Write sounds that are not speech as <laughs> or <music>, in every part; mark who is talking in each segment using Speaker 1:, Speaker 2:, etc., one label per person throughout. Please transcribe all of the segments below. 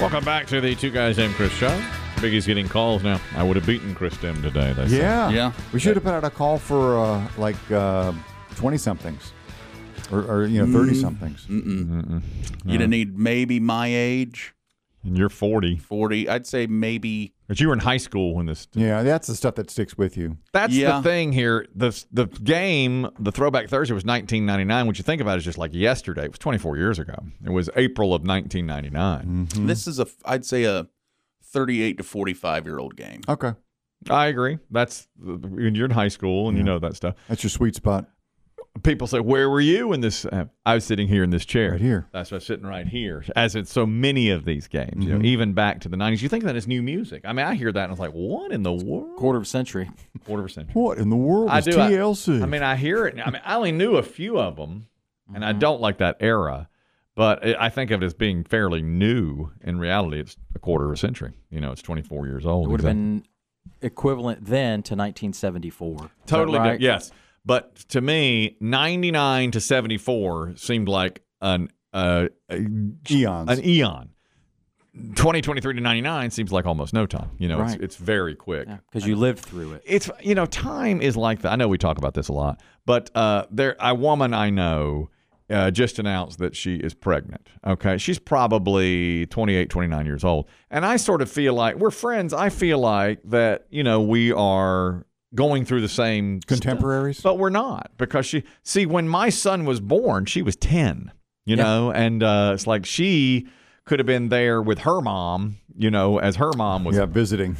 Speaker 1: Welcome back to the Two Guys Named Chris show. Biggie's getting calls now. I would have beaten Chris Dim today. They say.
Speaker 2: Yeah.
Speaker 3: Yeah.
Speaker 2: We should have put out a call for uh, like twenty somethings, or, or you know thirty somethings.
Speaker 1: Mm.
Speaker 3: You'd need maybe my age,
Speaker 1: And you're 40.
Speaker 3: 40. I'd say maybe.
Speaker 1: But you were in high school when this.
Speaker 2: Yeah, that's the stuff that sticks with you.
Speaker 1: That's
Speaker 3: Yeah.
Speaker 1: the thing here. The the game, the Throwback Thursday was 1999. What you think about is just like yesterday. It was 24 years ago. It was April of 1999.
Speaker 3: This is a, I'd say a 38 to 45 year old game.
Speaker 2: Okay,
Speaker 1: I agree. That's when you're in high school and you know that stuff.
Speaker 2: that's your sweet spot
Speaker 1: People say, "Where were you in this?" Uh, I was sitting here in this chair.
Speaker 2: right here.
Speaker 1: That's why I'm sitting right here. As in so many of these games, you
Speaker 2: Mm-hmm.
Speaker 1: know, even back to the 90s. You think that is new music? I mean, I hear that and I was like, "What in the world?"
Speaker 4: Quarter of a century.
Speaker 1: <laughs> Quarter of a century.
Speaker 2: What in the world is
Speaker 1: I,
Speaker 2: TLC?
Speaker 1: I mean, I hear it. I mean, I only knew a few of them, and
Speaker 4: Mm-hmm.
Speaker 1: I don't like that era. But it, I think of it as being fairly new. In reality, it's a quarter of a century. You know, it's 24 years old.
Speaker 4: It would have
Speaker 1: Exactly.
Speaker 4: been equivalent then to 1974. Is that
Speaker 1: totally
Speaker 4: right?
Speaker 1: different. Yes, but to me, 99 to 74 seemed like an uh, a-
Speaker 2: Eons.
Speaker 1: an eon. 2023 to 99 seems like almost no time. You know,
Speaker 4: Right.
Speaker 1: it's, it's very quick.
Speaker 4: Because you lived through it.
Speaker 1: it's you know time is like that. I know we talk about this a lot, but uh, there a woman I know uh, just announced that she is pregnant. Okay, she's probably 28, 29 years old, and I sort of feel like we're friends. I feel like that you know we are going through the same
Speaker 2: Contemporaries.
Speaker 1: but we're not because she see when my son was born, she was ten, you know, and uh, it's like she could have been there with her mom, you know, as her mom was
Speaker 2: yeah, <laughs> visiting.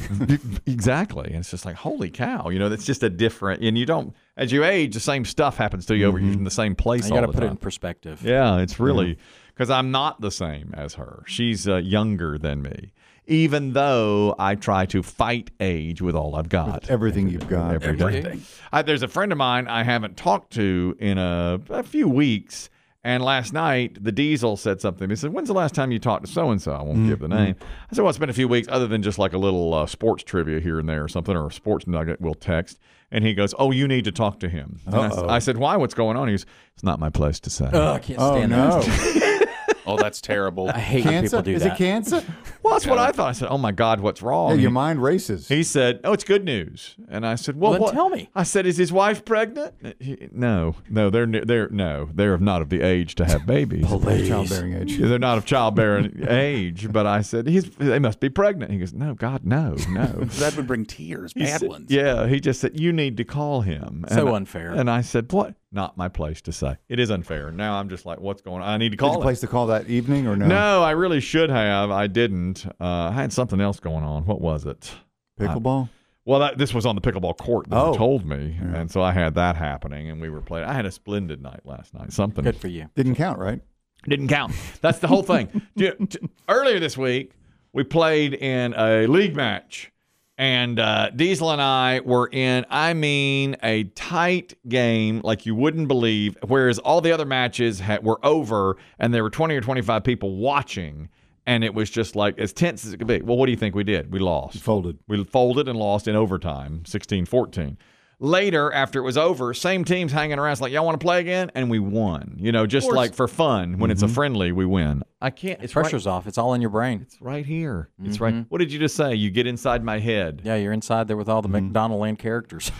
Speaker 1: exactly. And it's just like holy cow, you know, that's just a different. And you don't as you age, the same stuff happens to you over you in the same place.
Speaker 4: Mm-hmm. You got to
Speaker 1: all the
Speaker 4: put it
Speaker 1: time.
Speaker 4: in perspective.
Speaker 1: Yeah, it's really because I'm not the same as her. She's uh, younger than me, even though I try to fight age with all I've got.
Speaker 2: everything you've got.
Speaker 1: every day. I, there's a friend of mine I haven't talked to in a, a few weeks. And last night, the diesel said something. He said, When's the last time you talked to so and so? I won't give the name. I said, Well, it's been a few weeks, other than just like a little uh, sports trivia here and there or something, or a sports nugget we'll text. And he goes, Oh, you need to talk to him. And I, s- I said, Why? What's going on? He goes, It's not my place to say.
Speaker 4: Ugh, I can't
Speaker 2: Oh
Speaker 4: stand
Speaker 2: no,
Speaker 4: that.
Speaker 3: Oh, that's terrible.
Speaker 4: I hate when
Speaker 2: cancer?
Speaker 4: people do
Speaker 2: Is
Speaker 4: that.
Speaker 2: it cancer? <laughs>
Speaker 1: Well, that's what I thought. I said, "Oh my God, what's wrong?"
Speaker 2: Yeah, your mind races.
Speaker 1: he said, "Oh, it's good news." And I said, "Well,
Speaker 4: Well, then
Speaker 1: what?
Speaker 4: tell me.
Speaker 1: I said, "Is his wife pregnant?" Uh, he- no, no, they're ne- they're no, they're of not of the age to have babies.
Speaker 2: <laughs> Childbearing age.
Speaker 1: they're not of childbearing age. But I said, "He's they must be pregnant." He goes, "No, God, no,
Speaker 4: <laughs>
Speaker 1: no."
Speaker 3: that would bring tears,
Speaker 1: He
Speaker 3: bad
Speaker 1: said-
Speaker 3: ones.
Speaker 1: Yeah, he just said you need to call him.
Speaker 4: So
Speaker 1: And I-
Speaker 4: unfair.
Speaker 1: And I said, "What? Not my place to say. It is unfair." Now I'm just like, "What's going on? I need to
Speaker 2: Did
Speaker 1: call."
Speaker 2: you
Speaker 1: him.
Speaker 2: place the call that evening or no?
Speaker 1: No, I really should have. I didn't. Uh, I had something else going on. What was it?
Speaker 2: Pickleball.
Speaker 1: Well, that, this was on the pickleball court that
Speaker 2: Oh.
Speaker 1: you told me, and so I had that happening, and we were playing. I had a splendid night last night. Something
Speaker 4: Good for you.
Speaker 2: Didn't count, right?
Speaker 1: didn't count. That's the whole thing. Ju- ju- Earlier this week, we played in a league match, and uh, Diesel and I were in, I mean, a tight game like you wouldn't believe, whereas all the other matches ha- were over, and there were 20 or 25 people watching, and it was just like as tense as it could be. Well, what do you think we did? We lost.
Speaker 2: Folded.
Speaker 1: We folded and lost in overtime, 16 14. Later, after it was over, same teams hanging around. It's like, y'all want to play again? And we won. You know, just like for fun, when it's a friendly, we win. I can't. It's right,
Speaker 4: Pressure's off. It's all in your brain.
Speaker 1: it's right here. It's right. What did you just say? You get inside my head.
Speaker 4: Yeah, you're inside there with all the McDonaldland characters.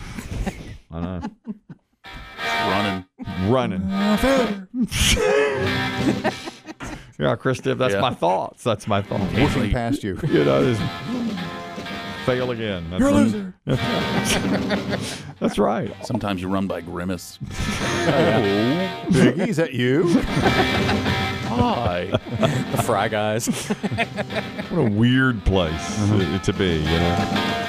Speaker 4: <laughs>
Speaker 3: Running.
Speaker 1: Running. yeah, Chris Dibb, that's
Speaker 3: Yeah.
Speaker 1: my thoughts. That's my thoughts.
Speaker 2: Pushing past you.
Speaker 1: You know, just fail again. That's
Speaker 2: You're a
Speaker 1: right.
Speaker 2: <laughs> loser.
Speaker 1: That's right.
Speaker 3: Sometimes you run by Grimace.
Speaker 2: Biggie, is that you?
Speaker 3: Hi.
Speaker 1: <laughs>
Speaker 4: the Fry Guys.
Speaker 1: What a weird place to be, you know.